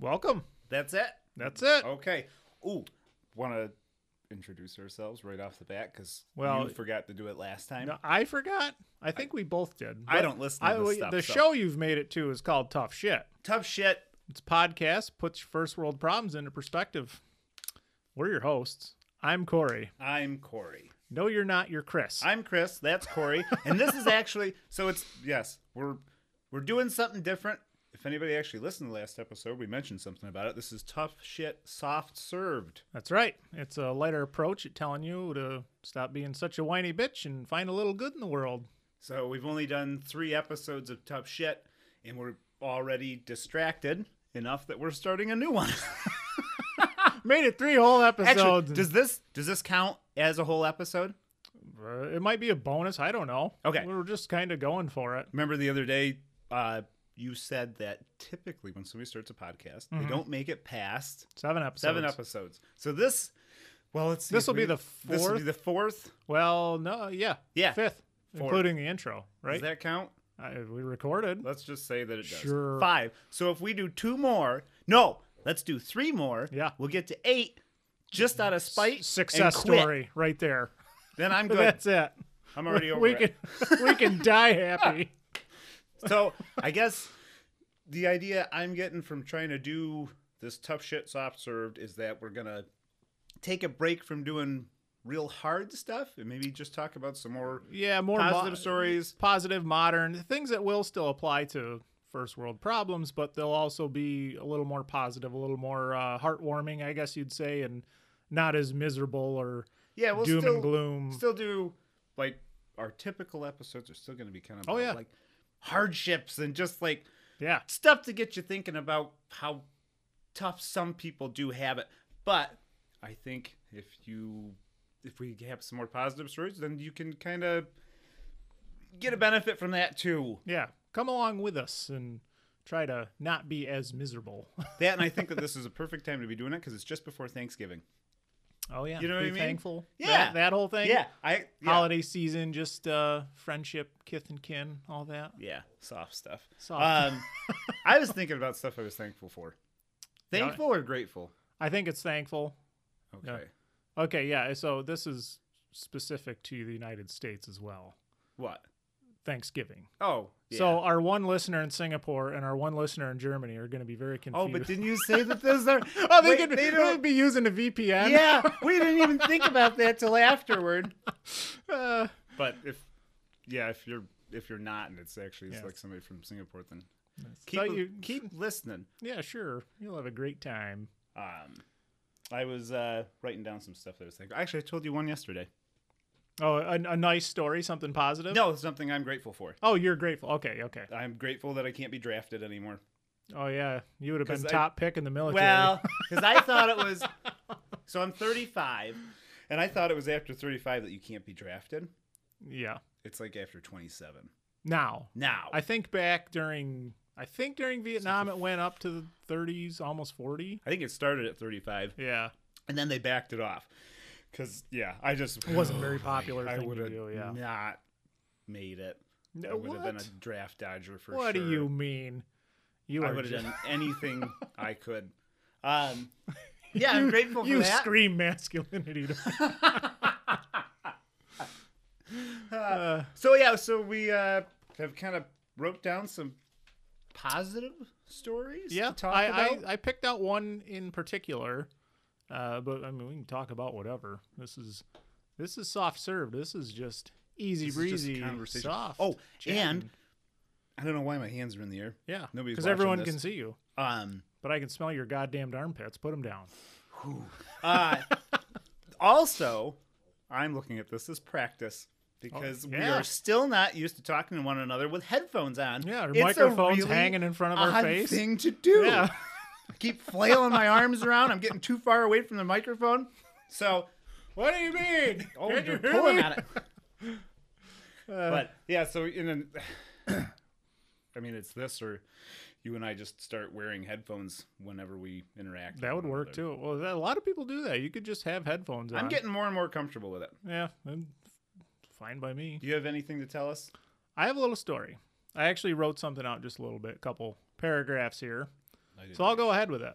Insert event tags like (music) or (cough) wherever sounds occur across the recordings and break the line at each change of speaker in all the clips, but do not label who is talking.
Welcome.
That's it.
That's it.
Okay. Ooh, want to introduce ourselves right off the bat because
Well-
you forgot to do it last time.
No, I forgot. I think we both did.
I
But
don't listen to this
will-
stuff,
The
so-
show you've made it to is called Tough Shit.
Tough shit.
It's a podcast puts first world problems into perspective. We're your hosts. I'm Corey.
I'm Corey.
No, you're not. You're Chris.
I'm Chris. That's Corey. and this is actually so it's yes we're we're doing something different. If anybody actually listened to the last episode, we mentioned something about it. This is tough shit, soft served.
That's right. It's a lighter approach at telling you to stop being such a whiny bitch and find a little good in the world.
So we've only done three episodes of tough shit, and we're already distracted enough that we're starting a new one. (laughs)
Made it three whole
Actually,
episodes.
does this does this count as a whole episode?
Uh, it might be a bonus. I don't know.
Okay.
We were just kind of going for it.
Remember the other day, uh, you said that typically when somebody starts a podcast,
Mm-hmm.
they don't make it past
Seven episodes.
seven episodes. So this, well, let's see
This
if
will
we-
be the
This will be
fourth?
the fourth.
Well, no, yeah.
Yeah.
Fifth,
Fourth.
including the intro, right?
Does that count?
I, we recorded.
Let's just say that it does.
Sure.
Five. So if we do two more, no, let's do three more.
Yeah.
We'll get to eight, just out of spite. and
Success
quit.
story right there. (laughs)
Then I'm (laughs) good.
That's it.
I'm already over
we
it.
can (laughs) we can die
(laughs)
happy.
so I guess the idea I'm getting from trying to do this tough shit soft served is that we're gonna take a break from doing real hard stuff and maybe just talk about some more
Yeah, more mo-
positive stories.
positive, modern things that will still apply to first world problems, but they'll also be a little more positive, a little more uh, heartwarming, I guess you'd say, and not as miserable or
Yeah, we'll
doom
still
and gloom.
still do like our typical episodes are still gonna be kind of
Oh,
about,
yeah.
like hardships and just like
yeah,
stuff to get you thinking about how tough some people do have it. But I think if you if we have some more positive stories, then you can kind of get a benefit from that too.
yeah. Come along with us and try to not be as miserable. (laughs)
That and I think that this is a perfect time to be doing it because it's just before Thanksgiving.
oh yeah,
You know what
be
I mean?
Thankful.
Yeah.
that, that whole thing.
Yeah, I yeah,
Holiday season, just uh, friendship, kith and kin, all that.
yeah soft stuff.
Soft. (laughs)
Um, I was thinking about stuff I was thankful for. Thankful or grateful?
I think it's thankful.
Okay.
Yeah. Okay, yeah. So this is specific to the United States as well.
What?
Thanksgiving.
Oh, yeah.
So our one listener in Singapore and our one listener in Germany are going to be very
Oh,
confused.
but didn't you say that those are?
(laughs) oh, they
Wait,
could
they
they
don't-
would be using a
(laughs)
VPN.
Yeah, we didn't even think about that till afterward.
(laughs) Uh,
But if yeah, if you're if you're not and it's actually it's
Yeah.
like somebody from Singapore, then keep
so you
(laughs) keep listening.
yeah, sure. You'll have a great time.
Um, I was uh, writing down some stuff that I was thinking. Actually, I told you one yesterday.
Oh, a, a nice story, something positive.
No, it's something I'm grateful for.
Oh, you're grateful. Okay, okay.
I'm grateful that I can't be drafted anymore.
Oh yeah, you would have been
'Cause I-
top pick in the military.
Well, (laughs) because I thought it was. So I'm 35, and I thought it was after 35 that you can't be drafted.
yeah.
It's like after 27.
Now,
Now,
I think back during I think during Vietnam it went up to the 30s, almost 40.
I think it started at 35.
Yeah.
and then they backed it off because yeah i just it
wasn't very popular
(sighs) i
thing to
would have
do, yeah.
not made it
No,
i would have been
what?
a draft dodger for
What do
sure.
you mean? You
i
are
would have
just,
done anything i could um yeah i'm grateful
(laughs)
for
you
that
scream masculinity. To me. Uh,
so yeah so we uh have kind of wrote down some positive stories
yeah,
to talk
I, I
about
I picked out one in particular, uh, but I mean we can talk about whatever. This is this is soft served. This is just easy
This is just
breezy,
conversation.
soft.
oh
chatting.
and i don't know why my hands are in the air
yeah,
nobody's
because
watching
everyone
this.
can see you,
um
but I can smell your goddamned armpits. Put them down.
Uh, also, I'm looking at this as practice because we
Oh, yeah.
are still not used to talking to one another with headphones on.
Yeah, our
It's a
microphones
really
hanging in front of our
odd
face.
Thing to do.
Yeah.
I keep flailing my arms around. I'm getting too far away from the microphone. So,
What do you (laughs) mean?
oh,
Can
you're
you hear
pulling
me? Uh.
at
(laughs)
it. but yeah, so in an, (coughs) I mean, it's this or you and I just start wearing headphones whenever we
(laughs)
interact.
That
with
would
one
work
another.
too. Well, that, a lot of people do that. You could just have headphones on.
I'm getting more and more comfortable with it.
yeah, then fine by me.
Do you have anything to tell us?
I have a little story. I actually wrote something out just a little bit, couple paragraphs here.
I did.
So I'll go ahead with it.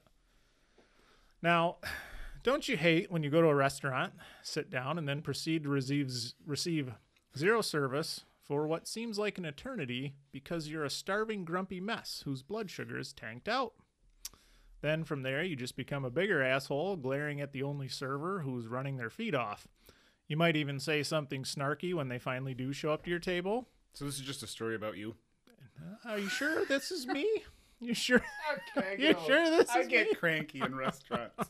Now, (sighs) don't you hate when you go to a restaurant, sit down, and then proceed to receive, receive zero service for what seems like an eternity because you're a starving, grumpy mess whose blood sugar is tanked out? Then from there, you just become a bigger asshole, glaring at the only server who's running their feet off. You might even say something snarky when they finally do show up to your table.
So this is just a story about you.
Are you sure this is me? (laughs) You
(laughs)
sure?
Okay,
(laughs) You sure this
I
is
get
me?
cranky
(laughs)
in restaurants.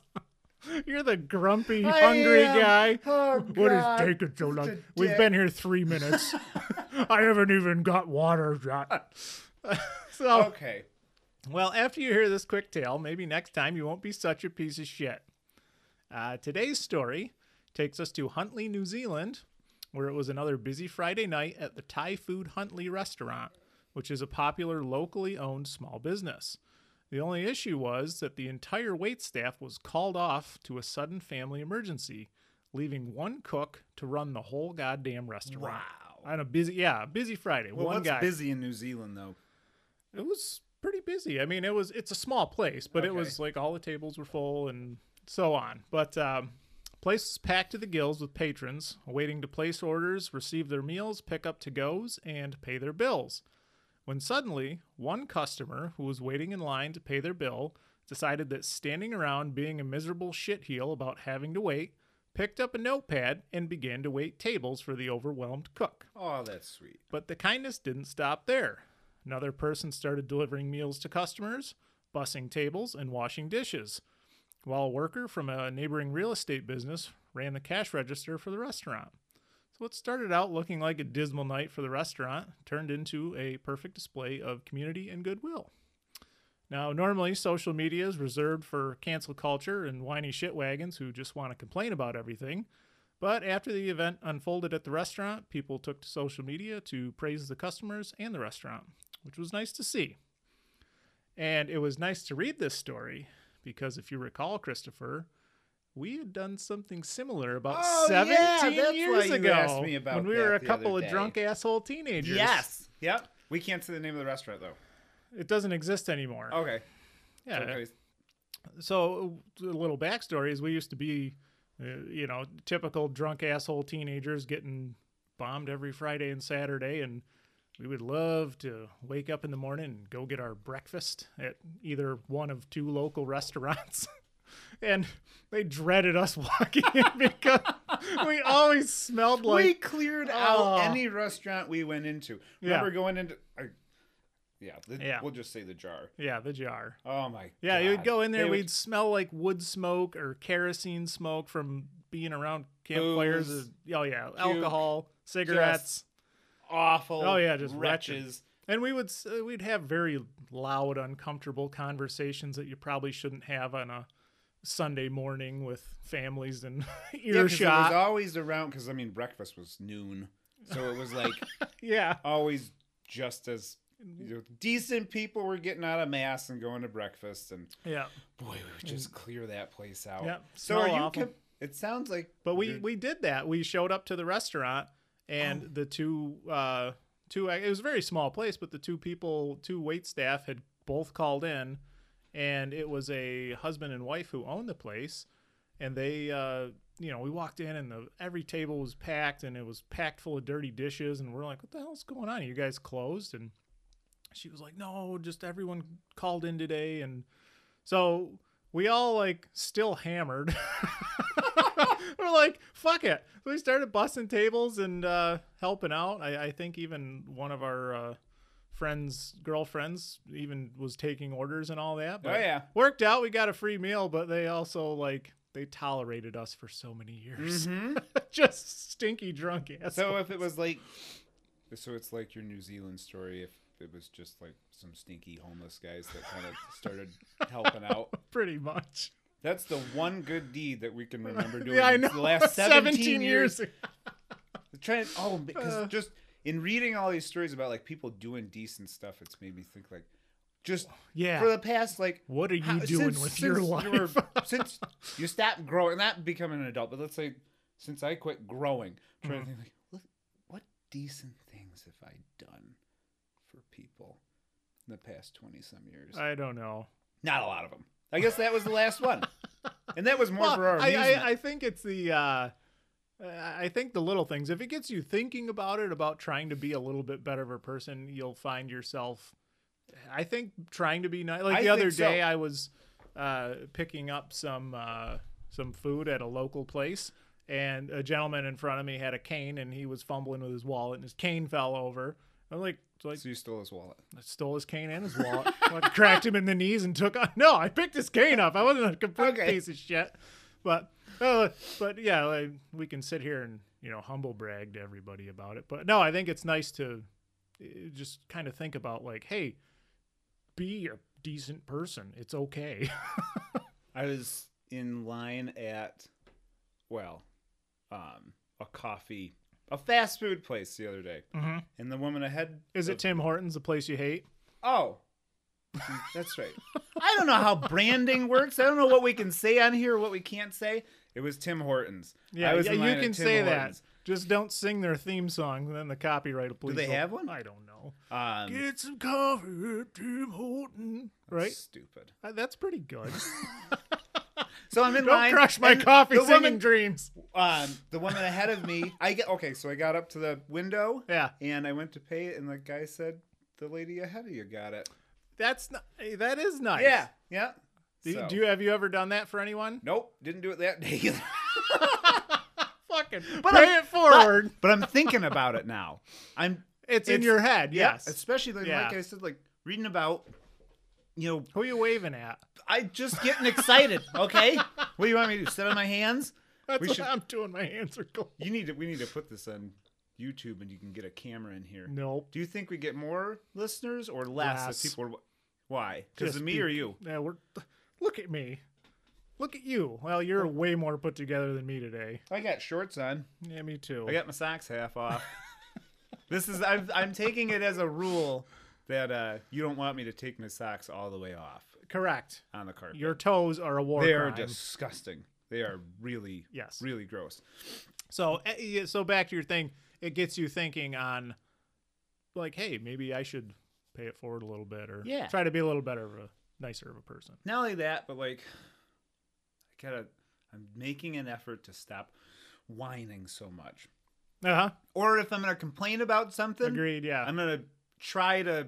You're the grumpy,
I
hungry
am.
guy.
Oh,
What is
God.
taking so
Such a
long? We've
dick.
been here three
(laughs)
minutes. I haven't even got water yet. so,
Okay.
well, after you hear this quick tale, maybe next time you won't be such a piece of shit. Uh, today's story takes us to Huntley, New Zealand, where it was another busy Friday night at the Thai Food Huntley restaurant, which is a popular locally owned small business. The only issue was that the entire wait staff was called off to a sudden family emergency, leaving one cook to run the whole goddamn restaurant.
Wow.
On a busy, yeah, busy Friday.
Well,
one
what's
guy
busy in New Zealand though?
it was pretty busy. I mean, it was it's a small place, but it
Okay.
was like all the tables were full and so on. But um, place was packed to the gills with patrons waiting to place orders, receive their meals, pick up to goes, and pay their bills. When suddenly one customer who was waiting in line to pay their bill decided that standing around being a miserable shitheel about having to wait, picked up a notepad and began to wait tables for the overwhelmed cook.
Oh, that's sweet.
But the kindness didn't stop there. Another person started delivering meals to customers, bussing tables, and washing dishes, while a worker from a neighboring real estate business ran the cash register for the restaurant. So, what started out looking like a dismal night for the restaurant turned into a perfect display of community and goodwill. Now, normally social media is reserved for cancel culture and whiny shitwagons who just want to complain about everything. But after the event unfolded at the restaurant, people took to social media to praise the customers and the restaurant, which was nice to see. And it was nice to read this story because if you recall, Christopher, we had done something similar about
Oh, yeah,
17
that's why
years
you
ago
asked me about
when we
that
were a
the other
couple of
day.
drunk asshole teenagers.
Yes. Yep. We can't say the name of the restaurant though.
It doesn't exist anymore.
Okay.
yeah,
Okay.
so a little backstory is we used to be uh, you know typical drunk asshole teenagers getting bombed every friday and saturday and we would love to wake up in the morning and go get our breakfast at either one of two local (laughs) restaurants and they dreaded us (laughs) walking in because we always smelled like
we cleared
Oh.
out any restaurant we went into.
Yeah.
Remember going into? I, yeah, the,
Yeah.
We'll just say the jar.
yeah the jar
Oh my.
yeah
God.
you would go in there
They
we'd
would-
smell like wood smoke or kerosene smoke from being around campfires
Booze,
or- oh yeah alcohol cigarettes
awful.
Oh, yeah, just wretched.
wretches.
And we would s- uh, we'd have very loud, uncomfortable conversations that you probably shouldn't have on a Sunday morning with families (laughs) and
Yeah, 'cause It was
earshot.
always around because I mean breakfast was noon, so it was
(laughs)
like
Yeah,
always just as you know, decent people were getting out of mass and going to breakfast, and
yeah,
boy, we would just clear that place out.
Mm. Yep,
So are
smell
you?
awful.
com- it sounds like.
But we (laughs)
you're-
we did that. We showed up to the restaurant, and the two uh, two it was a very small place, but the two people, two wait staff, had both called in, and it was a husband and wife who owned the place, and they uh, you know we walked in and the every table was packed and it was packed full of dirty dishes, and we're like, what the hell's going on? Are you guys closed? And she was like, no, just everyone called in today, and so we all like still hammered. (laughs) We're like, fuck it. So we started bussing tables and uh, helping out. I, I think even one of our uh, friends, girlfriends, even was taking orders and all that. But
Oh yeah.
worked out. We got a free meal, but they also like they tolerated us for so many years.
Mhm.
(laughs) Just stinky drunk ass.
So if it was like, so it's like your New Zealand story. If it was just like some stinky homeless guys that
(laughs)
kind of started helping out.
pretty much.
That's the one good deed that we can remember
(laughs)
doing.
yeah, I
in
know.
The last 17, years.
years.
Trying, oh, because
Uh.
just in reading all these stories about like people doing decent stuff, it's made me think like, just
Yeah.
for the past like
what are you
how-
doing
since-
with your
since
life? (laughs)
you were- since you stopped growing, not becoming an adult, but let's say since I quit growing, I'm trying to
Mm-hmm.
think like, what, what decent things have I done for people in the past twenty some years?
I don't know.
Not a lot of them. I guess that was the last one, and that was more
Well,
for our
I,
amusement.
I, I think it's the. Uh, I I think the little things. If it gets you thinking about it, about trying to be a little bit better of a person, you'll find yourself. I think trying to be nice. Like
I
the other
think so.
day, I was uh, picking up some uh, some food at a local place, and a gentleman in front of me had a cane, and he was fumbling with his wallet, and his cane fell over. I'm like, it's like
so you stole his wallet.
I stole his cane and his wallet, (laughs) Fucking cracked him in the knees, and took. (laughs) No, I picked his cane up. I wasn't a complete
Okay.
piece of shit. But, uh, but yeah, like, we can sit here and you know humble brag to everybody about it. But no, I think it's nice to uh, just kind of think about like, hey, be a decent person. It's okay. (laughs)
I was in line at, well, um, a coffee, a fast food place the other day,
Mhm.
and the woman ahead.
Is it Tim Hortons, the place you hate?
Oh, (laughs) that's right. I don't know how branding works. I don't know what we can say on here, what we can't say. It was Tim Hortons.
Yeah,
I was
yeah,
in
you
line at
can
Tim
say
Hortons.
that. Just don't sing their theme song, and then the copyright will please.
they have one?
I don't know.
Um,
Get some coffee, at Tim Horton. Right?
Stupid.
Uh, That's pretty
(laughs)
good.
So I'm in
Don't
line.
crush my
and
coffee
The
singing
woman,
dreams.
um, the woman ahead of me. I get okay. So I got up to the window.
Yeah,
And I went to pay it, and the guy said, "The lady ahead of you got it."
that's not, hey, that is nice.
Yeah, yeah.
Do,
So-
do you have you ever done that for anyone?
Nope, didn't do it that day.
(laughs)
either.
Fucking
But
pay
I'm-
it forward.
but I'm thinking about it now. I'm
it's, in
it's-
your head. Yes.
yeah, especially like,
Yeah.
like I said, like reading about. You know,
Who you waving at?
I just
(laughs)
getting excited. Okay, what do you want me to do? Sit on my hands?
That's
We
what
should-
I'm doing. My hands are cold.
You need to. We need to put this on YouTube, and you can get a camera in here.
Nope.
Do you think we get more listeners or less?
Less.
If people are, why? Because
Just
of me
be-
or you?
Yeah, we're. Look at me. Look at you. Well, you're way more put together than me today.
I got shorts on.
Yeah, me too.
I got my socks
(laughs)
half off. this is I'm I'm taking it as a rule that uh, you don't want me to take my socks all the way off
Correct.
on the carpet.
Your toes are a war
they are
crime.
disgusting. They are really
Yes.
really gross.
So eh, yeah, so back to your thing, it gets you thinking on like, hey, maybe I should pay it forward a little bit or
Yeah.
try to be a little better of a nicer of a person.
Not only that, but like I gotta I'm making an effort to stop whining so much.
Uh-huh.
Or if I'm gonna complain about something,
Agreed, yeah.
I'm gonna try to.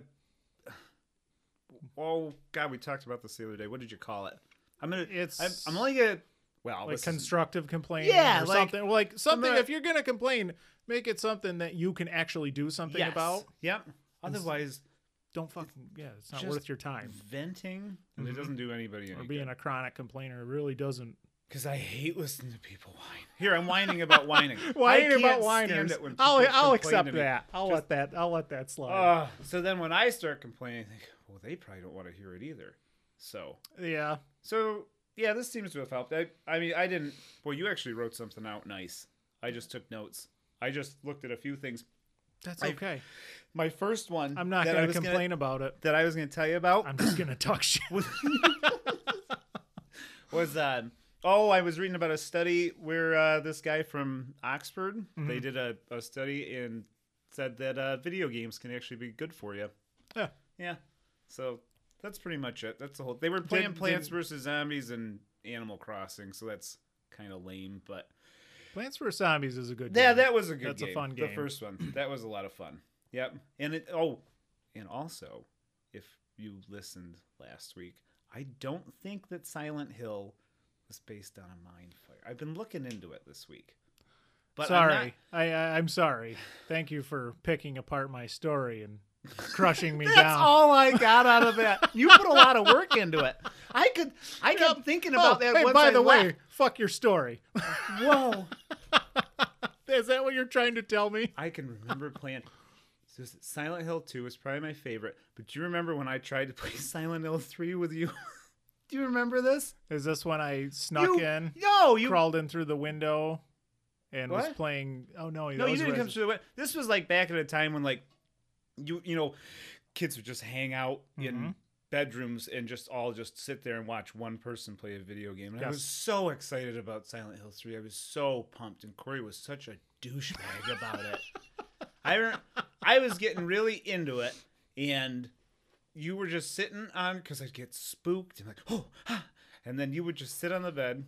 Oh God, we talked about this the other day. What did you call it? I'm gonna.
It's-
I'm, I'm only gonna. Well,
like
this is-
constructive complaining
Yeah,
or
like-
something. Like something
gonna-
if you're going to complain, make it something that you can actually do something
Yes.
about.
Yep. Otherwise,
Don't fucking yeah, it's not
Just-
worth your time.
venting and it doesn't do anybody
Mhm. Or
any
being a chronic complainer really (laughs) doesn't.
Because I hate listening to people whine. Here, I'm whining
(laughs)
about whining. I
Whining
can't
about
stand
whiners.
it when
I'll
people
I'll
complain to
accept
me.
that. I'll
Just-
let that I'll let that slide.
Ugh. so then when I start complaining, I think, well, they probably don't want to hear it either. So
yeah.
So yeah, this seems to have helped. I, I mean, I didn't. Well, you actually wrote something out nice. I just took notes. I just looked at a few things.
That's
I-
okay.
My first one.
I'm not
that I
going to
was gonna-
complain about it.
that I was going to tell you about
I'm just going to talk shit.
(laughs) was um, oh, I was reading about a study where uh, this guy from Oxford
Mm-hmm.
they did a, a study and said that uh, video games can actually be good for you.
Yeah.
Yeah. So that's pretty much it. That's the whole. They were playing
did-
Plants vs Zombies and Animal Crossing, so that's kind of lame, but.
(coughs) Plants vs Zombies is a good.
Yeah,
game.
that was a good
That's a
game.
fun game.
The first one. That was a lot of fun. Yep. And it oh, and also, if you listened last week, I don't think that Silent Hill was based on a mind fire. I've been looking into it this week. But I'm
sorry,
not-
I, I I'm sorry. Thank you for picking apart my story and crushing me
(laughs) that's
down.
all I got out of that. You put a lot of work into it. I could I kept thinking about
Oh,
that
hey,
once
by
I
the way,
left.
fuck your story. (laughs)
Whoa.
is that what you're trying to tell me?
I can remember playing. so s- Silent Hill 2 is probably my favorite, but do you remember when I tried to play (laughs) Silent Hill 3 with you? (laughs) do you remember this?
Is this when I snuck
You,
in,
no, you
crawled in through the window, and was
What?
playing? Oh no,
no,
that
you
was
didn't come
Resi-
through the way. This was like back at a time when like you you know kids would just hang out in
Mhm.
bedrooms and just all just sit there and watch one person play a video game. And I
Yes.
was so excited about Silent Hill 3. I was so pumped and Corey was such a
(laughs)
douchebag about it. I re- I was getting really into it and you were just sitting on because I'd get spooked and like (gasps) oh, ah, and then you would just sit on the bed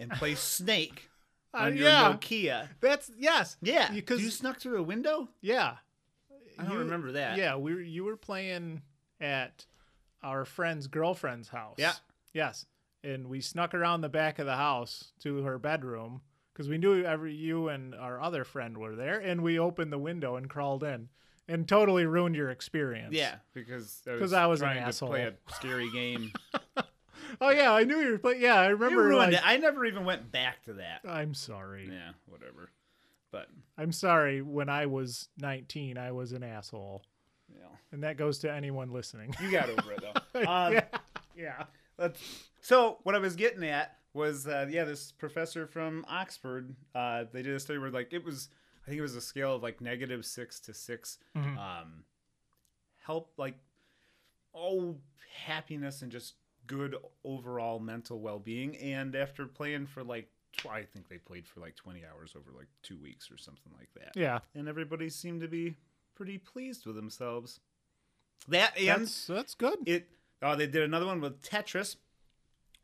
and
(laughs)
play Snake
Uh,
on your
yeah.
Nokia.
That's yes.
Yeah,
Because
because you snuck through a window.
yeah.
I don't
You-
remember that.
Yeah, we were, you were playing at our friend's girlfriend's house.
Yeah.
Yes. And we snuck around the back of the house to her bedroom because we knew every you and our other friend were there, and we opened the window and crawled in, and totally ruined your experience.
yeah, because I
'Cause
was,
I was an
trying to
asshole.
play a
(laughs)
scary game.
Oh yeah, I knew you were. But yeah, I remember.
you ruined
like,
it. I never even went back to that.
I'm sorry.
Yeah, whatever. But
I'm sorry. When I was 19, I was an asshole,
you know,
and that goes to anyone
(laughs)
listening.
you got over
(laughs)
it though. Um,
yeah. Yeah.
That's- so what I was getting at was uh, yeah, this professor from Oxford, uh, they did a study where like it was I think it was a scale of like negative six to 6
Mhm.
(laughs) Um, help like oh happiness and just good overall mental well being. And after playing for like tw- I think they played for like twenty hours over like two weeks or something like that.
Yeah.
And everybody seemed to be pretty pleased with themselves. That and
That's that's good.
it oh they did another one with tetris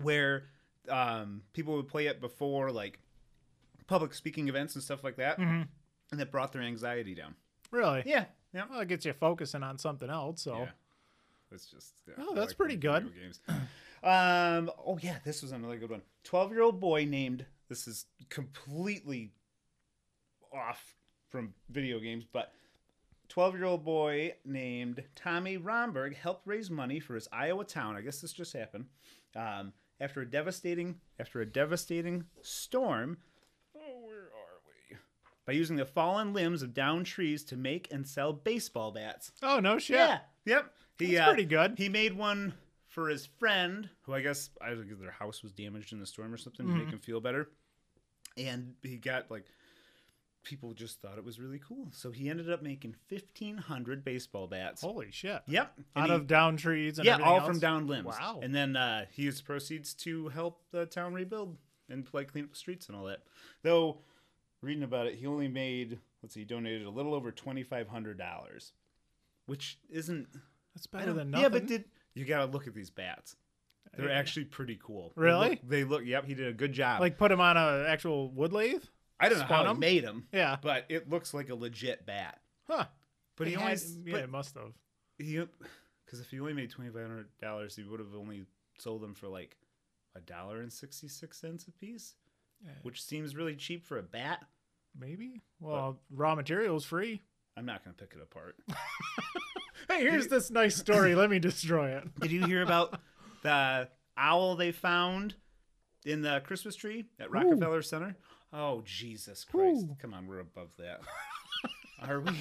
where um people would play it before like public speaking events and stuff like that
Mhm.
and it brought their anxiety down
Really.
yeah yeah
Well, it gets you focusing on something else. So
yeah it's just yeah,
Oh,
I
that's pretty
playing video
(clears throat)
games. um oh yeah this was another good one 12 year old boy named this is completely off from video games but 12 year old boy named Tommy Romberg helped raise money for his Iowa town. I guess this just happened. Um, after a devastating after a devastating storm. Oh, where are we? By using the fallen limbs of downed trees to make and sell baseball bats.
Oh no shit.
Yeah. Yep. He,
That's
uh,
pretty good.
He made one for his friend, who I guess I don't think their house was damaged in the storm or something to
Mm-hmm.
make him feel better. And he got like people just thought it was really cool. So he ended up making fifteen hundred baseball bats.
Holy shit.
Yep. And
Out
he-
of down trees and
yeah,
everything
all
else?
from down limbs.
Wow.
And then uh, he used proceeds to help the town rebuild and like clean up the streets and all that. Though reading about it, he only made let's see, he donated a little over twenty five hundred dollars, which isn't
That's
I
better
don't-
than nothing.
Yeah, but did you gotta look at these bats? They're
Yeah.
actually pretty cool. They
Really?
look- They look. Yep, he did a good job.
like put them on a actual wood lathe?
I don't know
spun
how he
'em?
made them,
Yeah.
but it looks like a legit bat.
Huh.
But he
It
only
had-
s-
yeah,
but
it must have.
he because if he only made twenty five hundred dollars, he would have only sold them for like a dollar and sixty six cents a piece,
Yeah.
which seems really cheap for a bat.
Maybe. Well, raw materials free.
I'm not gonna pick it apart.
Hey, here's this nice story. Let me destroy it.
Did you hear about the owl they found in the Christmas tree at Rockefeller Center? Oh, Jesus Christ.
Ooh.
Come on, we're above that. Are we?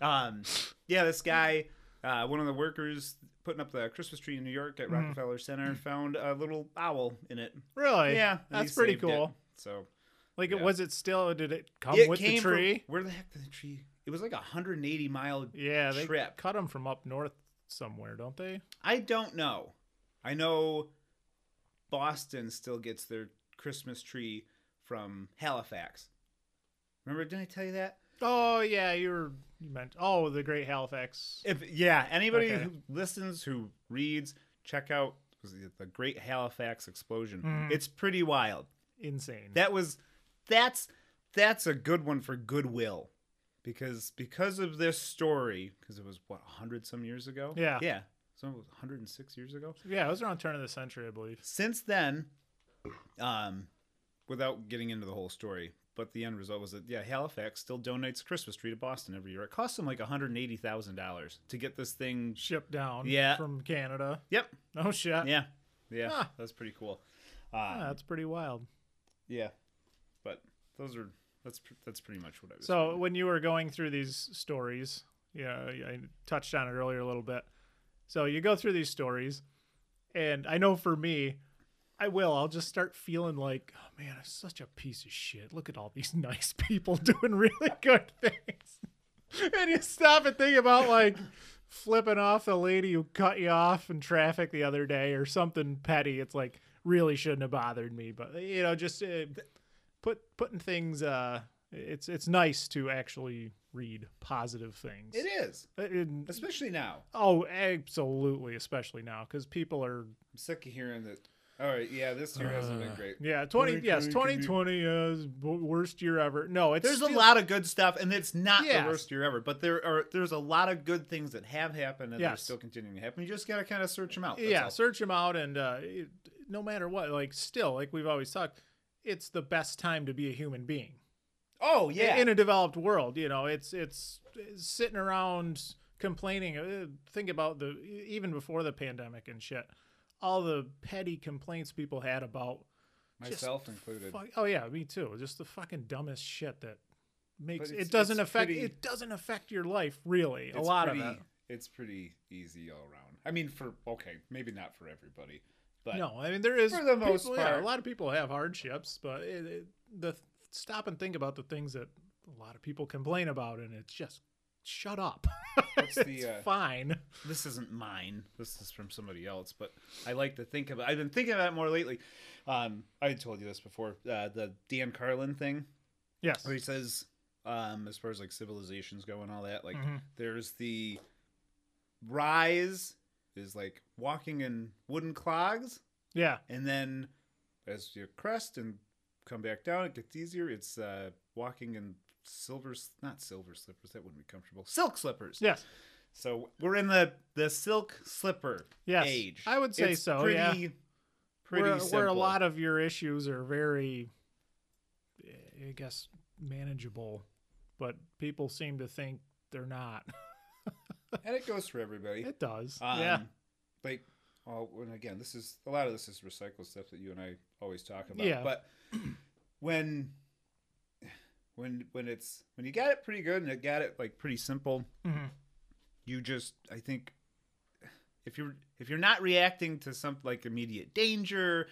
Um, yeah, this guy, uh, one of the workers putting up the Christmas tree in New York at
Mm-hmm.
Rockefeller Center, found a little owl in it.
(laughs) Really?
Yeah, and
That's
he
pretty
saved it.
cool.
So
Like, it
Yeah.
was it still? Did it come
it
with
came
the
from-
tree?
where the heck did the tree? It was like a 180 mile
yeah, they
trip.
cut them from up north somewhere, don't they?
I don't know. I know Boston still gets their Christmas tree from Halifax. Remember, didn't I tell you that?
Oh yeah, you were you meant oh the Great Halifax.
If yeah, anybody
Okay.
who listens, who reads, check out was it the Great Halifax Explosion.
Mm.
It's pretty wild.
Insane.
That was that's that's a good one for goodwill. Because because of this story, because it was what hundred some years ago.
Yeah.
yeah. So it was 106 years ago.
yeah, it was around turn of the century, I believe.
since then, um, without getting into the whole story, but the end result was that yeah, Halifax still donates Christmas tree to Boston every year. It costs them like one hundred eighty thousand dollars to get this thing.
Shipped down
Yeah.
from Canada.
Yep.
No shit.
Yeah. Yeah.
Huh.
That's pretty cool. Uh,
Ah, that's pretty wild.
yeah. But those are that's pr- that's pretty much what I was.
So when you were going through these stories, yeah, I touched on it earlier a little bit. So you go through these stories, and I know for me, I will. I'll just start feeling like, oh man, I'm such a piece of shit. Look at all these (laughs) nice people doing really good things, (laughs) and you stop and think about like flipping off the lady who cut you off in traffic the other day or something petty. It's like really shouldn't have bothered me, but you know, just uh, put putting things uh, It's it's nice to actually read positive things.
It is,
It- it-
especially now.
oh, absolutely, especially now because people are
I'm sick of hearing that. All right, yeah, this year hasn't
Uh.
been great.
yeah twenty yes
2020
twenty
could be-
twenty is w- worst year ever. No, it's
There's a
still-
lot of good stuff, and it's not
Yes.
the worst year ever. But there are there's a lot of good things that have happened, and they're
Yes.
still continuing to happen. You just gotta kind of search them out. That's
yeah
all.
search them out and uh, it, no matter what like still like we've always talked it's the best time to be a human being
Oh yeah.
in a developed world you know it's it's sitting around complaining Uh, think about the e, even before the pandemic and shit all the petty complaints people had about
Myself included.
fuck, oh yeah me too just the fucking dumbest shit that makes
it's-
it doesn't
it's
affect
pretty-
it doesn't affect your life really a
It's
lot
pretty-
of it
It's pretty easy all around. I mean, for okay, maybe not for everybody, but
No, I mean there is
For the most
people- yeah,
part.
a lot of people have hardships, but it, it, the th- stop and think about the things that a lot of people complain about, and it's just shut up. (laughs)
What's the,
it's
uh,
fine. (laughs)
this isn't mine. This is from somebody else. But I like to think about. I've been thinking about it more lately. Um, I told you this before. Uh, the Dan Carlin thing,
Yes.
where he says, um, as far as like civilizations go and all that, like
Mhm.
there's the rise is like walking in wooden clogs,
Yeah.
and then as you crest and come back down, it gets easier. It's uh, walking in silver, s- not silver slippers. That wouldn't be comfortable. Silk slippers.
Yes.
So we're in the the silk slipper
Yes.
age.
I would say
It's
so,
Pretty,
yeah.
pretty
where,
simple.
where a lot of your issues are very, eh, I guess, manageable, but people seem to think they're not. (laughs)
and it goes for everybody.
It does.
Um,
yeah.
Like, well, and again, this is a lot of this is recycled stuff that you and I always talk about.
Yeah.
But (clears throat) when when when it's when you got it pretty good and it got it like pretty simple,
Mhm.
you just I think if you're if you're not reacting to some like immediate danger,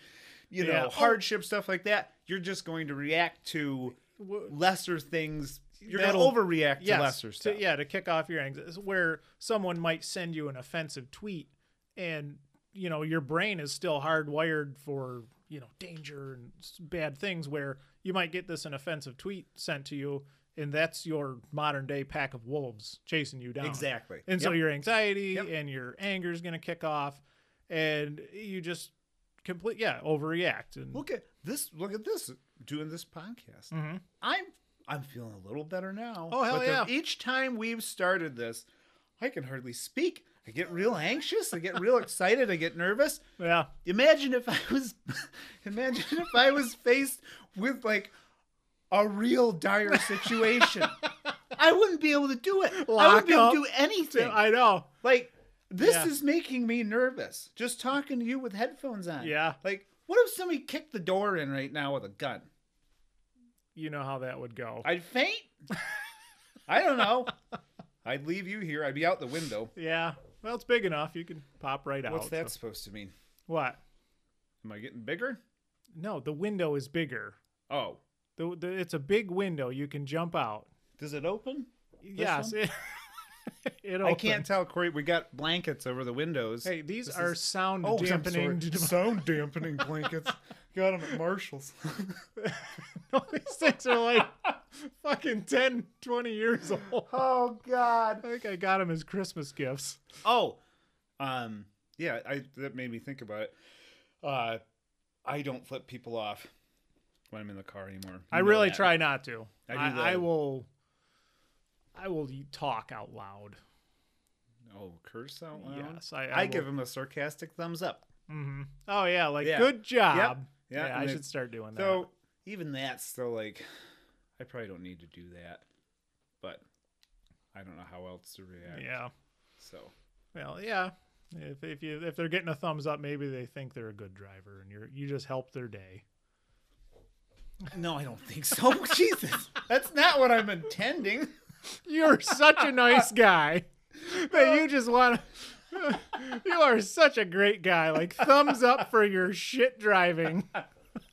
you know,
Yeah. Oh.
hardship stuff like that, you're just going to react to
W-
lesser things. You're going to
That'll-
overreact
yes,
to lesser
to-
stuff.
yeah, to kick off your anxiety, where someone might send you an offensive tweet, and you know your brain is still hardwired for you know danger and s- bad things. Where you might get this an offensive tweet sent to you, and that's your modern day pack of wolves chasing you down.
Exactly.
And so
Yep.
your anxiety
Yep.
and your anger is going to kick off, and you just complete yeah overreact and
look at this look at this doing this podcast
Mhm.
i'm i'm feeling a little better now
Oh, hell
but the-
yeah.
each time we've started this i can hardly speak i get real anxious i get real excited i get nervous
yeah
imagine if i was (laughs) imagine if i was faced with like a real dire
(laughs)
situation i wouldn't be able to do it i
Lock
wouldn't be able
up.
to do anything
I know
like this
Yeah.
is making me nervous. Just talking to you with headphones on.
Yeah.
Like, what if somebody kicked the door in right now with a gun?
you know how that would go
I'd faint.
(laughs)
I don't know. I'd leave you here. I'd be out the window.
Yeah. Well, it's big enough. You can pop right out.
What's that
so-
supposed to mean?
What?
Am I getting bigger?
No, the window is bigger.
Oh,
The, the it's a big window. You can jump out.
does it open?
yes.
one?
It, (laughs) it
I
opens.
can't tell, Corey. We got blankets over the windows.
Hey, these
This
are
is-
sound
Oh, some
dampening.
sort. sound
(laughs)
dampening blankets. got them at Marshalls.
these things are like (laughs) fucking 10, 20 years old.
oh
(laughs)
God.
I think I got them as Christmas gifts.
Oh, um, yeah, I that made me think about it. Uh, I don't flip people off when I'm in the car anymore. You
I
know
really
that.
try not to.
I
I,
do
I,
that.
will. I will talk out loud.
Oh, curse out loud.
Yes, I.
I,
will-
give them a sarcastic thumbs up.
mhm. Oh yeah, like
Yeah.
good job.
Yeah,
yeah,
and
I
it-
should start doing that.
So even that's still like, I probably don't need to do that, but I don't know how else to react.
Yeah.
So
Well, yeah. If if you if they're getting a thumbs up, maybe they think they're a good driver, and you're you just help their day.
(laughs) no, I don't think so. (laughs) Jesus, that's not what I'm intending.
You're such a nice
(laughs)
guy that you just want. to... (laughs) You are such a great guy. Like thumbs up for your shit
(laughs)
driving.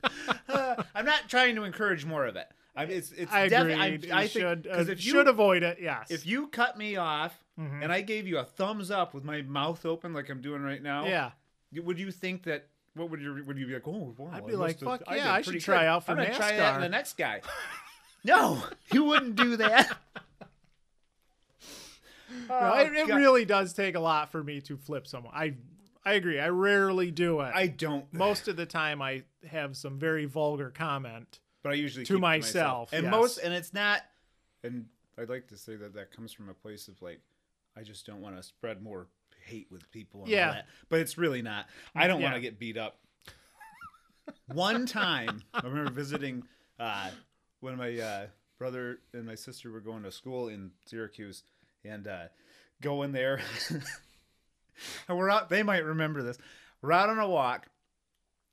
Uh, I'm not trying to encourage more of it. I'm, it's it's
I
defi-
agree.
I'm- I
you
think-
should uh,
'cause if you
should avoid it. Yes.
if you cut me off
Mm-hmm.
and I gave you a thumbs up with my mouth open like I'm doing right now,
yeah.
would you think that? What would you would you be like? Oh, wow,
I'd
I
be like,
must've-
fuck
did
yeah, I
pretty
should try
good.
out for
I'm gonna try that
(laughs) NASCAR."
in the next guy. No, you wouldn't
(laughs)
do that.
No,
Oh,
it, it
God.
really does take a lot for me to flip someone. I I agree. I rarely do it.
I don't.
most of the time I have some very vulgar comment.
but I usually
To
keep it
myself,
And
yes.
most, and it's not. And I'd like to say that that comes from a place of like, I just don't want to spread more hate with people. And
Yeah.
all that. but it's really not. I don't want
Yeah.
to get beat up. One time, I remember visiting uh, when my uh, brother and my sister were going to school in Syracuse, and uh, going there, (laughs) and we're out. They might remember this. We're out on a walk,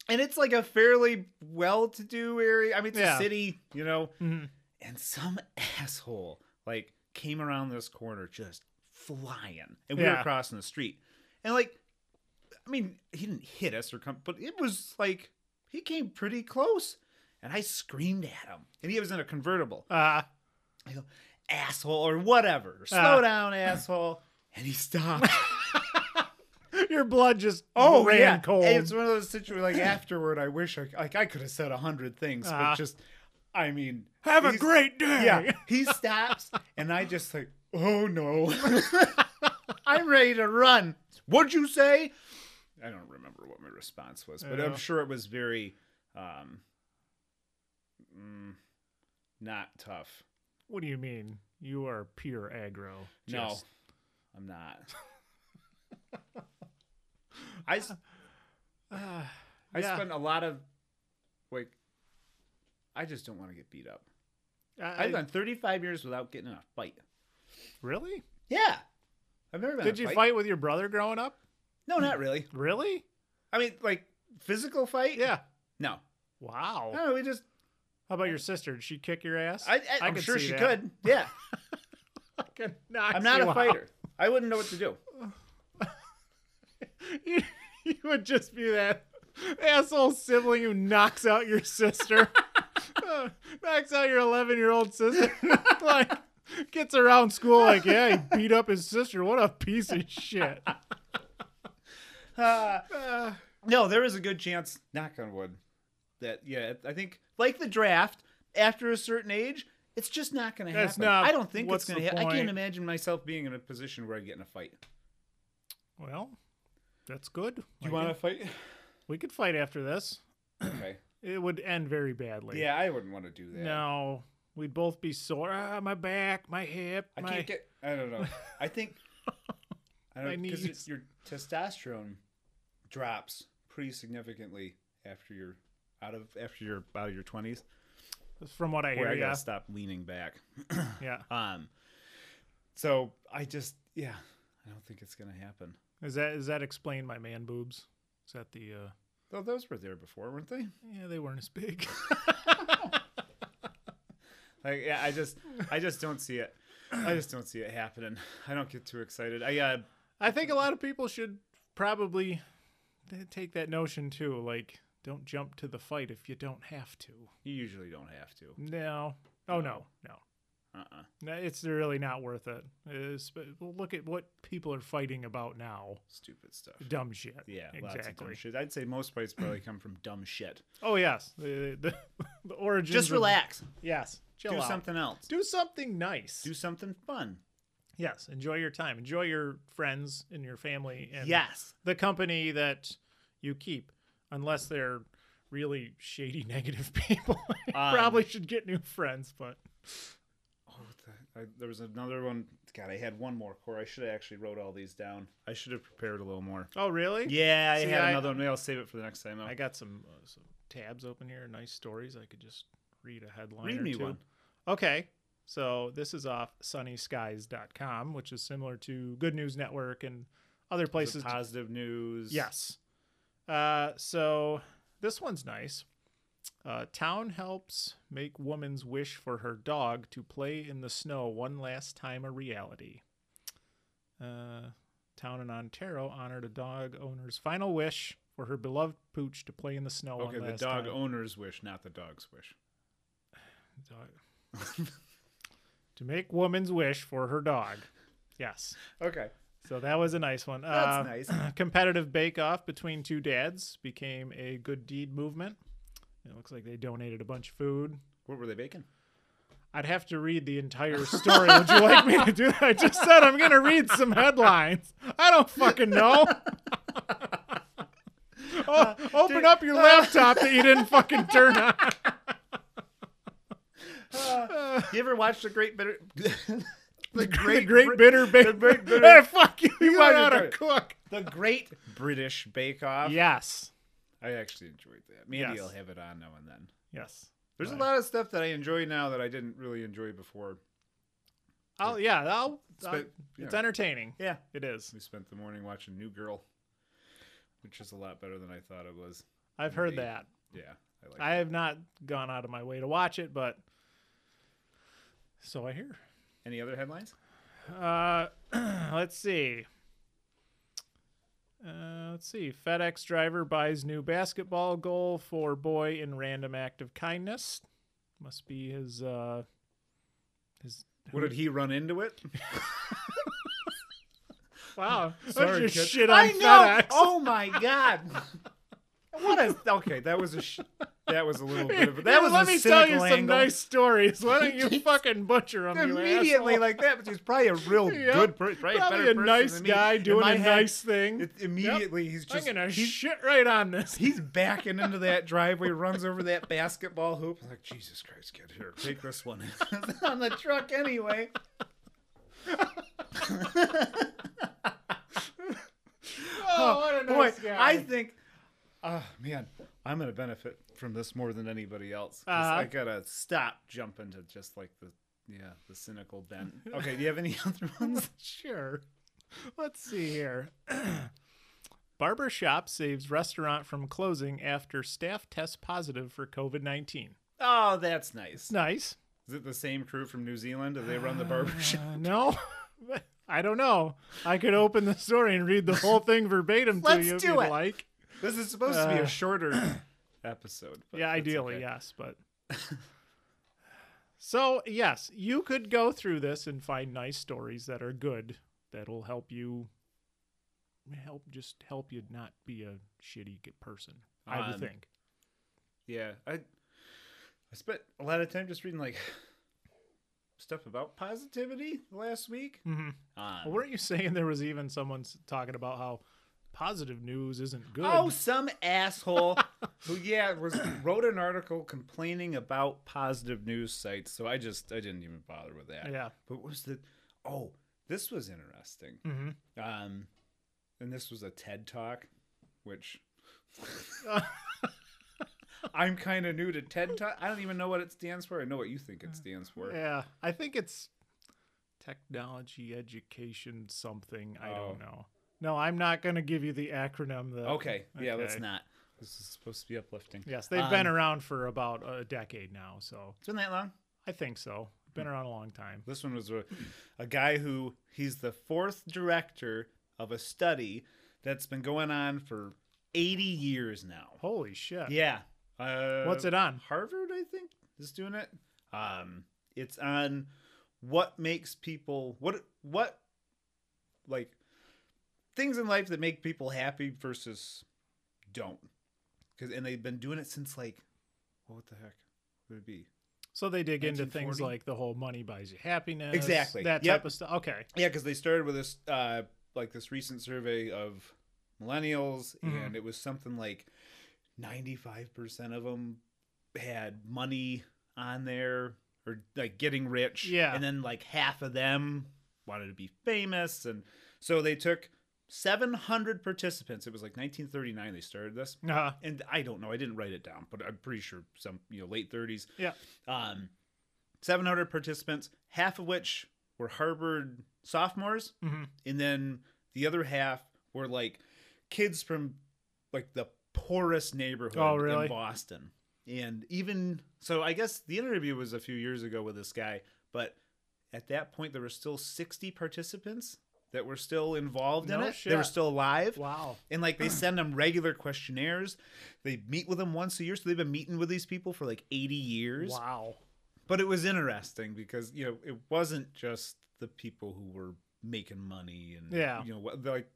and it's like a fairly well-to-do area. I mean, it's
Yeah.
a city, you know.
Mhm.
And some (laughs) asshole like came around this corner just flying, and we
Yeah.
were crossing the street, and like, I mean, he didn't hit us or come, but it was like he came pretty close, and I screamed at him, and he was in a convertible
Uh,
asshole or whatever. Slow
Ah.
down, asshole. And he (laughs) stopped.
your blood just
(laughs)
ran cold.
And Oh, It's one of those situations. Like afterward, I wish I like I could have said a hundred things,
Ah.
but just I mean,
have a
he's-
great day.
(laughs) Yeah, he stops, and I just like, oh (laughs) no, I'm ready to run. What'd you say? I don't remember what my response was, but
Yeah.
I'm sure it was very, um, mm, not tough.
What do you mean? You are pure aggro.
No, (sighs)
Just-
I'm (laughs) not. I s-
Ah,
I
yeah.
spend a lot of like I just don't want to get beat up.
I-
I've gone 35 years without getting in a fight.
really?
Yeah, I've never been. in
Did
a
you
fight?
fight with your brother growing up?
No, not really.
Really?
I mean, like physical fight.
Yeah.
No.
Wow.
No, we just.
How about your sister? Did she kick your ass?
I, I, I am
could
sure
see
she
that.
could. Yeah. (laughs)
Could knock
I'm not
you
a
out.
fighter. I wouldn't know what to do.
(laughs) You, you would just be that asshole sibling who knocks out your
(laughs)
sister, (laughs) Uh, knocks out your 11 year old sister, (laughs) like gets around school like, yeah, he beat up his sister. What a piece of shit.
Uh,
Uh,
No, there is a good chance, knock on wood, that yeah, I think like the draft, after a certain age, it's just not going to happen.
That's not-
I don't think
what's
it's going to
the
happen. I
point?
can't imagine myself being in a position where I get in a fight.
well, that's good.
Do
Like,
you want to fight?
we could fight after this.
(coughs) okay.
It would end very badly.
Yeah, I wouldn't want to do that.
No, we'd both be sore. Ah, my back, my hip,
I
my.
can't get. I don't know.
(laughs)
I think. I
My
don't because
knees.
your testosterone drops pretty significantly after you're out of after you're out of your twenties.
from what I
Where
hear,
I
yeah.
gotta stop leaning back.
Yeah.
Um, so I just, yeah, I don't think it's gonna happen.
Is that is that explain my man boobs? Is that the uh
Though those were there before, weren't they?
yeah, they weren't as big.
Like, yeah, I just, I just don't see it. I just don't see it happening. I don't get too excited. I, uh,
I think a lot of people should probably t- take that notion too, like don't jump to the fight if you don't have to.
you usually don't have to.
No. Oh no. No.
Uh-uh.
No, It's really not worth it. It's- but look at what people are fighting about now.
Stupid stuff.
Dumb shit.
Yeah, lots of dumb
exactly.
shit. I'd say most fights probably come from dumb shit.
Oh yes, the (laughs) the, the origins.
Just
of-
relax.
yes, chill
Do
out.
something else.
Do something nice.
Do something fun.
yes, enjoy your time. Enjoy your friends and your family. And
Yes.
the company that you keep, unless they're really shady, (laughs) negative people. You
Um,
probably should get new friends, but
Oh, what the, I, there was another one. God, I had one more core. I should have actually wrote all these down. I should have prepared a little more.
oh, really?
Yeah, I
See,
had
I-
another one. Maybe I'll save it for the next time. Though.
I got some uh, some tabs open here, nice stories. I could just read a headline.
Read
or
me
two.
one.
Okay, so this is off SunnySkies.com, which is similar to Good News Network and other
Is it
places.
positive news.
Yes. Uh, so this one's nice. Uh, town helps make woman's wish for her dog to play in the snow one last time a reality. Uh, town in Ontario honored a dog owner's final wish for her beloved pooch to play in the snow
Okay,
one
the
last
dog
time.
owner's wish, not the dog's wish.
Dog- (laughs) to make woman's wish for her dog. Yes.
Okay.
So that was a nice one. Uh,
That's nice.
(clears throat) Competitive bake off between two dads became a good deed movement. It looks like they donated a bunch of food.
What were they baking?
I'd have to read the entire story. Would you like me to do that? I just said I'm going to read some headlines. I don't fucking
(laughs)
know. oh,
Uh,
open up your laptop that you
(laughs)
didn't fucking turn on.
(laughs) You ever watched the Great (laughs) Bitter? the
(laughs) the great bitter
the
bake. (laughs)
(laughs) great bitter-
Hey, fuck you. You
You
went
are
out to
right.
cook.
the Great British Bake Off.
Yes.
I actually enjoyed that. Maybe
Yes.
I'll have it on now and then.
Yes.
There's
Right.
a lot of stuff that I enjoy now that I didn't really enjoy before.
I'll, yeah. I'll,
It's
I'll-
been-
it's
yeah.
entertaining.
Yeah.
It is.
We spent the morning watching New Girl, which is a lot better than I thought it was.
I've heard
Maybe.
that.
Yeah, I like.
I have not gone out of my way to watch it, but so I hear.
Any other headlines?
Uh, (clears throat) let's see. Uh, let's see. FedEx driver buys new basketball goal for boy in random act of kindness. Must be his. Uh, his
What did he run into it?
(laughs) wow.
Sorry,
Sorry,
kid.
shit on
I know.
FedEx.
Oh my god. What is okay? That was a sh- that was a little bit of a, (laughs) that
Yeah,
was
let
a
me tell you
cynical
some
angle.
nice stories.
(laughs)
Why don't you fucking butcher them?
immediately like that, but he's probably a (laughs) real
Yeah.
good person, probably,
Probably
a,
a
better person
nice
than me.
guy
In
doing
my
a
head,
nice thing.
It, immediately, he's
I'm
just
gonna
he's,
shit right on this.
he's backing into that driveway, runs over that basketball hoop. Like Jesus Christ, kid, here, take
(laughs)
this one. (laughs) It's on the truck anyway.
(laughs)
(laughs)
Oh, what a (laughs)
Boy,
nice guy.
I think, oh man, I'm gonna benefit from this more than anybody else. 'cause
Uh-huh.
I gotta stop jumping to just like the yeah the cynical
(laughs)
bent. Okay, do you have any (laughs) other ones?
sure. Let's see here. (clears throat) Barber shop saves restaurant from closing after staff tests positive for COVID 19.
Oh, that's nice.
Nice.
Is it the same crew from New Zealand? Do they run the barbershop?
(laughs)
(laughs)
Uh, no. I don't know. I could open the story and read the whole thing verbatim to
Let's
you if
do
you'd
it.
like.
This is supposed to be
Uh, (clears throat)
a shorter episode. but
yeah,
that's
ideally,
okay.
yes, but (sighs) So, yes, you could go through this and find nice stories that are good that'll help you help just help you not be a shitty g- person. I
Um,
would think.
Yeah, I I spent a lot of time just reading like stuff about positivity last week.
Mm-hmm.
Um,
Well, weren't you saying there was even someone s- talking about how positive news isn't good?
Oh, some asshole who yeah was (coughs) wrote an article complaining about positive news sites. So I just I didn't even bother with that.
yeah.
But what was the oh this was interesting.
hmm
Um, and this was a TED talk,
(laughs)
which I'm kind of new to TED talk. I don't even know what it stands for. I know what you think it stands for.
Uh, yeah. I think it's technology education something. I
Oh.
don't know. No, I'm not going to give you the acronym. That,
Okay, yeah, let's
Okay.
not. This is supposed to be uplifting.
Yes, they've been
Um,
around for about a decade now, so
It's been that long.
I think so. Been around a long time.
This one was a, a guy who he's the fourth director of a study that's been going on for 80 years now.
Holy shit.
Yeah. Uh,
What's it on?
Harvard, I think, is doing it. Um, it's on what makes people what what like things in life that make people happy versus don't. Cause and they've been doing it since like what the heck would it be?
So they dig into things
1940?
like the whole money buys you happiness.
Exactly.
That
Yep.
type of stuff. Okay.
Yeah, because they started with this uh, like this recent survey of millennials,
Mhm.
and it was something like ninety five percent of them had money on there or like getting rich.
Yeah.
and then like half of them wanted to be famous, and so they took seven hundred participants. It was like nineteen thirty nine. They started this
Uh,
and I don't know, I didn't write it down, but I'm pretty sure some, you know, late 30s.
Yeah.
Um, 700 participants, half of which were Harvard sophomores,
hmm
and then the other half were like kids from like the poorest neighborhood
Oh, really?
in Boston. And even so, I guess the interview was a few years ago with this guy, but at that point, there were still 60 participants that were still involved in
No
it. They were
shit.
still alive.
Wow.
And like
Hmm.
they send them regular questionnaires. They meet with them once a year. So they've been meeting with these people for like 80 years.
Wow.
But it was interesting because, you know, it wasn't just the people who were making money and,
Yeah.
you know, what like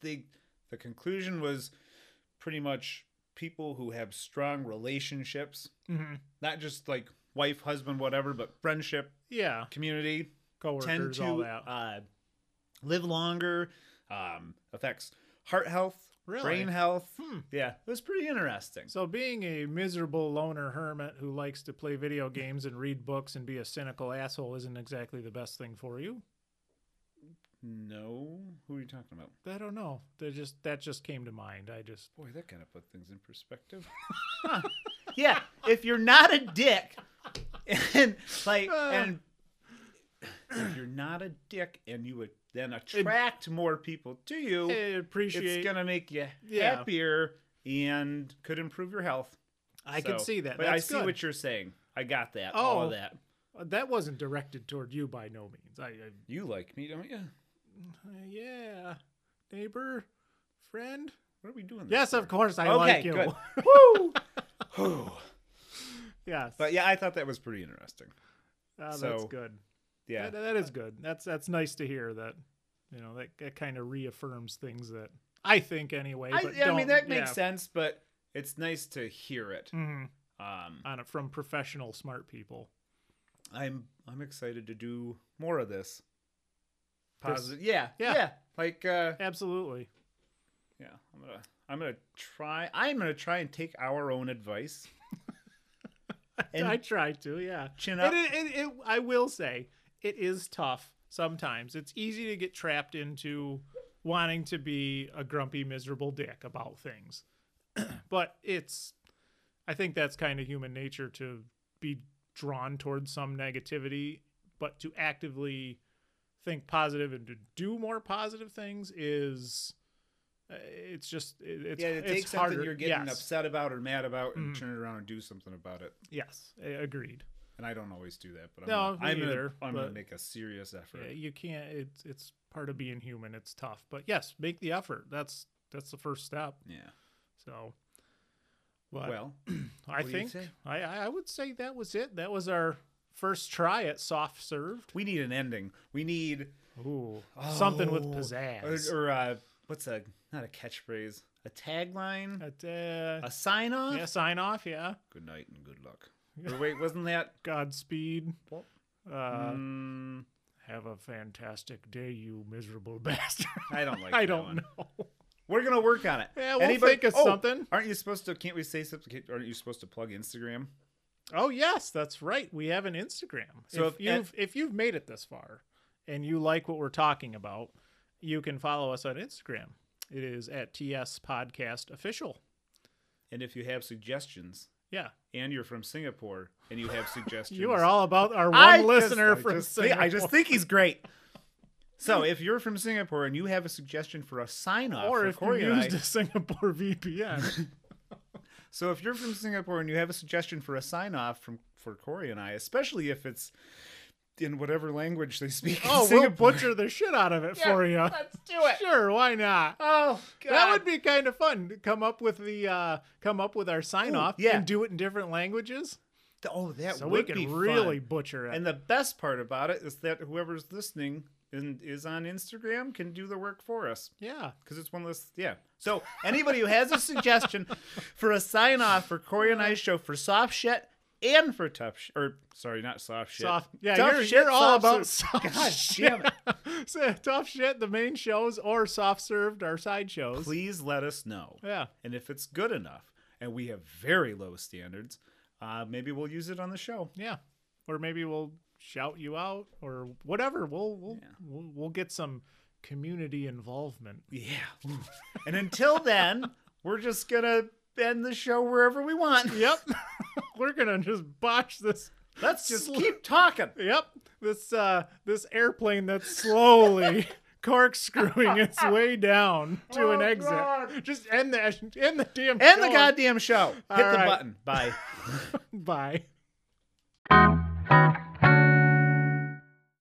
they, the conclusion was pretty much people who have strong relationships,
hmm
not just like wife, husband, whatever, but friendship,
Yeah,
community tend
coworkers,
to
all that.
Uh, live longer, um, affects heart health,
Really?
brain health.
Hmm.
Yeah, it was pretty interesting.
So, being a miserable loner hermit who likes to play video games and read books and be a cynical asshole isn't exactly the best thing for you.
No, who are you talking about?
I don't know. That just that just came to mind. I just
Boy, that kind of put things in perspective. yeah, if you're not a dick, and like,
Uh.
and if you're not a dick, and you would then attract more people to you,
I appreciate.
it's gonna make you
Yeah.
happier and could improve your health.
I can
So-
see that.
But
That's
I see
good.
what you're saying. I got that. all
Oh.
of that.
That wasn't directed toward you by no means. I, I
You like me, don't you?
Uh, yeah, neighbor, friend.
What are we doing?
Yes,
this
of course I
for? Okay,
like you.
good. Woo! Whew.
(laughs) yes,
But yeah, I thought that was pretty interesting.
Ah, that's
so,
good.
Yeah.
That- that is good. That's that's nice to hear. That you know that, that kind of reaffirms things that I think anyway.
I,
but
yeah, I mean
don't-
that makes
yeah.
sense, but it's nice to hear it.
Mhm.
Um,
on it from professional smart people.
I'm I'm excited to do more of this.
This-
Positive, yeah,
yeah.
yeah, Like, uh,
Absolutely.
yeah, I'm gonna I'm gonna try. I'm gonna try and take our own advice. and
I try to, yeah.
chin
And
up.
it, it, it, I will say, it is tough sometimes. It's easy to get trapped into wanting to be a grumpy, miserable dick about things. (clears throat) but it's, I think that's kind of human nature to be drawn towards some negativity, but to actively think positive and to do more positive things is. uh, It's just it- it's
yeah, to
it's
take something
harder.
you're getting
yes.
upset about or mad about and
Mhm.
turn it around and do something about it.
Yes, a- agreed.
And I don't always do that, but I'm
No,
gonna, I'm,
me
gonna,
either,
I'm gonna
but-
make a serious effort.
Yeah, you can't. It's it's part of being human. It's tough, but yes, make the effort. That's that's the first step.
yeah.
So, but
Well,
I
what do you
think
say?
I I I would say that was it. That was our first try at soft served.
we need an ending. We need
Ooh, something with
Oh,
pizzazz.
Or, or uh, what's a not a catchphrase, a tagline,
At, uh,
a sign off.
yeah, sign off. Yeah,
Good night and good luck. Or wait, wasn't that?
Godspeed.
What?
(laughs) Uh,
Mm,
Have a fantastic day, you miserable (laughs) bastard.
I don't
(laughs)
like.
I
that
don't
one.
know.
We're gonna work on it.
(laughs)
Oh,
Yeah, we'll think of something.
Aren't you supposed to? Can't we say something? can't- Aren't you supposed to plug Instagram?
Oh yes, that's right. We have an Instagram.
So
if,
if-
you've if you've made it this far and you like what we're talking about, you can follow us on Instagram. It is at TS Podcast Official.
And if you have suggestions,
Yeah.
and you're from Singapore, and you have
(laughs)
suggestions,
You are all about our one
I just-
listener
I
from
just think- I just
Singapore.
think
(laughs)
he's great. So if you're from Singapore and you have a suggestion for a sign off,
or if you
Corey and I,
used a Singapore (laughs) VPN.
So if you're from Singapore and you have a suggestion for a sign off from for Corey and I, especially if it's in whatever language they speak
oh,
in (laughs)
we'll
Singapore,
butcher the shit out of it for you.
let's do it.
Sure, why not?
Oh, God.
That would be kind of fun to come up with the uh, come up with our sign off
yeah.
and do it in different languages.
oh, that
So we
would
can
be
really
really. Fun.
butcher it.
And the best part about it is that whoever's listening and is on Instagram can do the work for us
yeah.
because it's one of those. Yeah. So anybody who has
(laughs)
a suggestion for a sign off for Corey and I show for soft shit and for tough sh- or sorry, not soft shit.
Soft, yeah,
Tough
you're,
shit,
you're all
soft
about
shit.
soft
God
shit.
damn
(laughs)
it.
So, tough shit, the main shows or soft served our side shows.
please let us know.
Yeah.
And if it's good enough, and we have very low standards, uh, maybe we'll use it on the show.
Yeah. Or maybe we'll shout you out or whatever. We'll we'll we'll, we'll get some community involvement.
Yeah. (laughs) and until then, we're just going to end the show wherever we want.
(laughs) Yep. We're going to just botch this
Let's just
Sl-
keep talking.
Yep. This uh this airplane that's
(laughs)
slowly corkscrewing its way down to an
Oh,
exit.
God.
Just end the end the damn
End the
show.
goddamn show.
(laughs)
Hit
All
the
right.
button. Bye.
Bye.